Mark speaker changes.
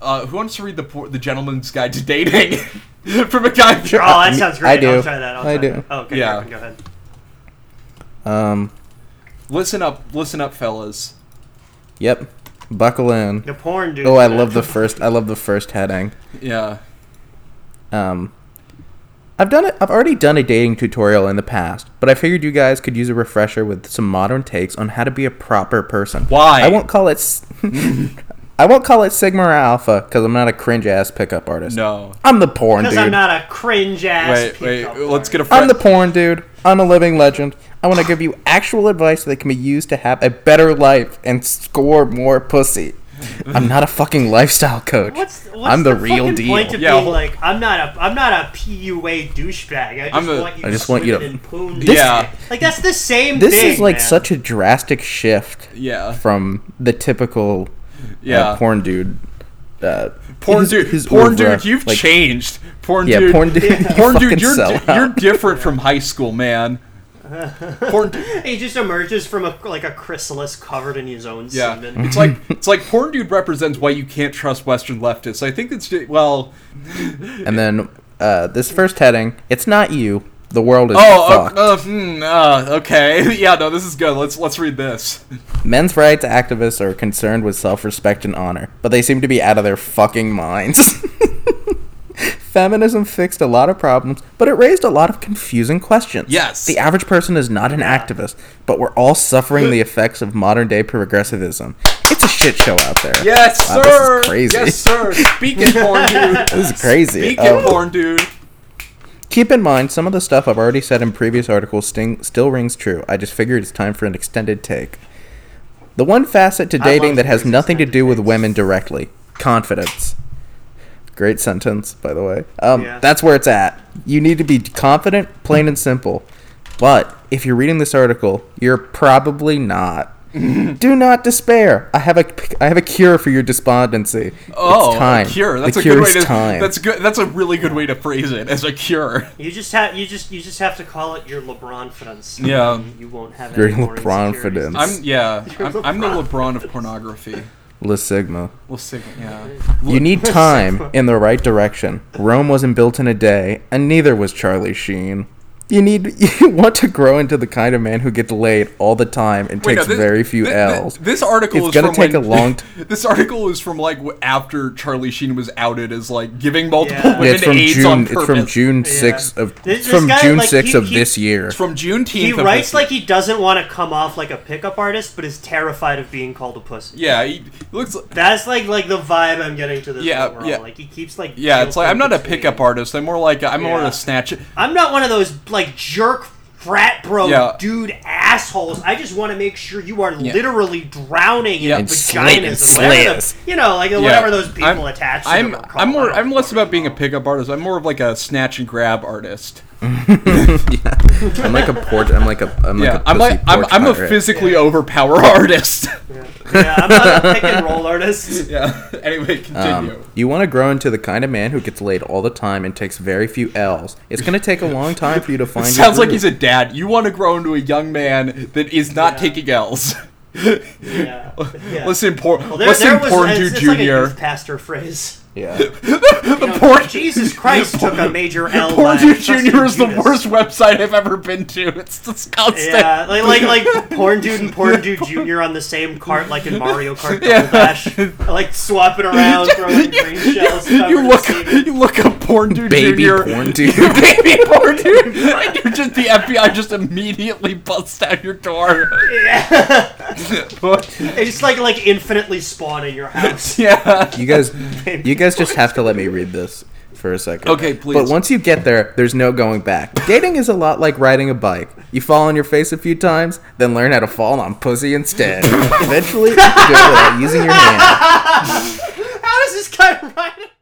Speaker 1: uh, who wants to read the por- the gentleman's guide to dating from a guy?
Speaker 2: Sure.
Speaker 1: Oh,
Speaker 2: Oh, that sounds great.
Speaker 3: I do.
Speaker 2: will try that. I'll
Speaker 3: I
Speaker 2: try
Speaker 3: do.
Speaker 2: That. Oh, okay.
Speaker 1: Yeah.
Speaker 2: Griffin, Go ahead.
Speaker 3: Um,
Speaker 1: listen up, listen up, fellas.
Speaker 3: yep. Buckle in.
Speaker 2: The porn dude.
Speaker 3: Oh, I love the first. I love the first heading.
Speaker 1: Yeah,
Speaker 3: Um, I've done it. I've already done a dating tutorial in the past, but I figured you guys could use a refresher with some modern takes on how to be a proper person.
Speaker 1: Why?
Speaker 3: I won't call it. s- I won't call it Sigma or Alpha because I'm not a cringe ass pickup artist.
Speaker 1: no.
Speaker 3: I'm the porn
Speaker 2: Because
Speaker 3: dude.
Speaker 2: I'm not a cringe ass.
Speaker 1: Wait, wait. Let's get a.
Speaker 3: I'm the porn dude. I'm a living legend. I want to give you actual advice that can be used to have a better life and score more pussy. I'm not a fucking lifestyle coach.
Speaker 2: What's, what's
Speaker 3: I'm the, real
Speaker 2: fucking
Speaker 3: deal.
Speaker 2: Point of
Speaker 1: Yeah,
Speaker 2: being
Speaker 1: hold-
Speaker 2: like I'm not a I'm not a PUA douchebag. I just
Speaker 1: I'm a-
Speaker 2: want you.
Speaker 3: I just want you
Speaker 2: swimming
Speaker 3: to-
Speaker 2: in poon
Speaker 3: This-
Speaker 1: Yeah.
Speaker 2: Like that's the same.
Speaker 3: this
Speaker 2: thing,
Speaker 3: is like
Speaker 2: man.
Speaker 3: such a drastic shift
Speaker 1: Yeah,
Speaker 3: from the typical
Speaker 1: yeah.
Speaker 3: uh, porn dude. Uh,
Speaker 1: porn
Speaker 3: his-
Speaker 1: dude,
Speaker 3: his
Speaker 1: porn
Speaker 3: oeuvre,
Speaker 1: dude, you've
Speaker 3: like-
Speaker 1: changed. Porn
Speaker 3: Yeah,
Speaker 1: dude,
Speaker 3: porn dude, you
Speaker 1: porn dude,
Speaker 3: fucking
Speaker 1: you're
Speaker 3: sell
Speaker 1: di- you're
Speaker 3: out.
Speaker 1: different from high school, man. Porn, dude,
Speaker 2: He just emerges from a like a chrysalis covered in his own
Speaker 1: yeah.
Speaker 2: semen.
Speaker 1: It's like it's like porn dude represents why you can't trust Western leftists. I think that's ju- well,
Speaker 3: And then uh, this first heading, it's not you. The world is
Speaker 1: oh,
Speaker 3: fucked.
Speaker 1: uh, uh, hmm, uh, okay, yeah, no, this is good. Let's let's read this.
Speaker 3: Men's rights activists are concerned with self respect and honor, but they seem to be out of their fucking minds. Feminism fixed a lot of problems, but it raised a lot of confusing questions.
Speaker 1: Yes.
Speaker 3: The average person is not an activist, but we're all suffering the effects of modern day progressivism. It's a shit show out there.
Speaker 1: Yes, sir.
Speaker 3: Wow, This is crazy.
Speaker 1: Yes, sir. Speak it, porn dude.
Speaker 3: This is crazy.
Speaker 1: Speak
Speaker 3: Um,
Speaker 1: it, porn dude.
Speaker 3: Keep in mind, some of the stuff I've already said in previous articles sting, still rings true. I just figured it's time for an extended take. The one facet to
Speaker 2: I love
Speaker 3: dating that has
Speaker 2: these
Speaker 3: nothing to
Speaker 2: extended
Speaker 3: do with
Speaker 2: takes.
Speaker 3: women directly confidence. Great sentence, by the way. Um,
Speaker 2: Yeah.
Speaker 3: That's where it's at. You need to be confident, plain and simple. But if you're reading this article, you're probably not. do not despair. I have a I have a cure for your despondency.
Speaker 1: Oh,
Speaker 3: it's time.
Speaker 1: a cure. That's
Speaker 3: the
Speaker 1: a
Speaker 3: cure
Speaker 1: good way
Speaker 3: is
Speaker 1: to.
Speaker 3: time.
Speaker 1: That's good. That's a really good way to phrase it as a cure.
Speaker 2: You just have you just you just have to call it your LeBronfidence.
Speaker 1: Yeah.
Speaker 2: You won't have
Speaker 3: Your
Speaker 2: any more
Speaker 3: LeBronfidence.
Speaker 2: insecurities.
Speaker 1: I'm yeah.
Speaker 2: You're
Speaker 1: I'm, I'm the
Speaker 2: LeBron.
Speaker 1: LeBron of pornography.
Speaker 3: La Sigma.
Speaker 1: Well, Sigma, yeah.
Speaker 3: You need time in the right direction. Rome wasn't built in a day, and neither was Charlie Sheen. You need you want to grow into the kind of man who gets laid all the time and
Speaker 1: Wait, no,
Speaker 3: takes very few
Speaker 1: thi- thi-
Speaker 3: L's.
Speaker 1: This article
Speaker 3: It's
Speaker 1: is
Speaker 3: gonna
Speaker 1: from
Speaker 3: take
Speaker 1: when-
Speaker 3: a long t-
Speaker 1: this article is from like w- after Charlie Sheen was outed as like giving multiple
Speaker 2: Yeah.
Speaker 3: Yeah,
Speaker 1: women
Speaker 3: it's from
Speaker 1: AIDS on
Speaker 3: June.
Speaker 1: purpose.
Speaker 3: It's from June sixth of.
Speaker 2: This-
Speaker 3: It's
Speaker 2: this
Speaker 3: from
Speaker 2: guy,
Speaker 3: June
Speaker 2: like,
Speaker 3: sixth
Speaker 2: he-
Speaker 3: of
Speaker 2: he-
Speaker 3: this year.
Speaker 1: It's from Juneteenth.
Speaker 2: He
Speaker 1: of this
Speaker 2: writes
Speaker 1: year.
Speaker 2: like he doesn't want to come off like a pickup artist, but is terrified of being called a pussy.
Speaker 1: yeah. He looks. Like,
Speaker 2: That's like like the vibe I'm getting to this
Speaker 1: Yeah,
Speaker 2: overall.
Speaker 1: yeah.
Speaker 2: Like he keeps like
Speaker 1: yeah, it's like I'm not a
Speaker 2: between.
Speaker 1: pickup artist. I'm more like a, I'm more
Speaker 2: Yeah.
Speaker 1: a snatch.
Speaker 2: I'm not one of those like jerk frat bro
Speaker 1: Yeah.
Speaker 2: dude assholes. I just want to make sure you are literally drowning
Speaker 1: Yeah.
Speaker 2: in
Speaker 1: And
Speaker 3: slit- and
Speaker 2: vaginas and whatever
Speaker 3: slits.
Speaker 2: the, you know, like whatever those people
Speaker 1: I'm,
Speaker 2: attach to
Speaker 1: I'm
Speaker 2: them are called.
Speaker 1: I'm
Speaker 2: I
Speaker 1: more
Speaker 2: don't
Speaker 1: I'm less
Speaker 2: fucking
Speaker 1: about being a
Speaker 2: know.
Speaker 1: pickup artist. I'm more of like a snatch and grab artist.
Speaker 3: I'm like a port. I'm like a. I'm like
Speaker 1: yeah,
Speaker 3: a.
Speaker 1: I'm like
Speaker 3: pussy
Speaker 1: I'm,
Speaker 3: porch
Speaker 1: I'm a
Speaker 3: pirate.
Speaker 1: physically overpower artist.
Speaker 2: Yeah, I'm not a pick and roll artist.
Speaker 1: yeah. Anyway, continue.
Speaker 3: Um, you want to grow into the kind of man who gets laid all the time and takes very few L's. It's gonna take a long time for you to find. your
Speaker 1: Sounds like
Speaker 3: groove.
Speaker 1: he's a dad. You want to grow into a young man that is not
Speaker 2: Yeah.
Speaker 1: taking L's.
Speaker 2: Yeah. yeah.
Speaker 1: Listen, poor,
Speaker 2: Well,
Speaker 1: listen, porn
Speaker 2: it's-
Speaker 1: dude
Speaker 2: it's like a
Speaker 1: junior.
Speaker 2: youth pastor phrase.
Speaker 3: Yeah.
Speaker 1: the porn,
Speaker 2: Jesus Christ took a major L.
Speaker 1: porn
Speaker 2: by
Speaker 1: dude
Speaker 2: Justin
Speaker 1: junior is the
Speaker 2: Judas.
Speaker 1: worst website I've ever been to. It's disgusting.
Speaker 2: Yeah, like like like porn dude and porn dude junior on the same cart, like in Mario Kart Double
Speaker 1: Yeah.
Speaker 2: Dash, like swapping around, throwing green shells.
Speaker 1: You look, you look up porn dude
Speaker 3: Baby
Speaker 1: junior,
Speaker 3: porn dude.
Speaker 1: baby porn dude, and you're just the FBI just immediately busts out your door.
Speaker 2: It's like like infinitely spawn in your house.
Speaker 1: yeah,
Speaker 3: You guys, you guys just have to let me read this for a second.
Speaker 1: Okay, please.
Speaker 3: But once you get there, there's no going back. Dating is a lot like riding a bike. You fall on your face a few times, then learn how to fall on pussy instead. Eventually, you do it without using your hand.
Speaker 2: How does this guy ride?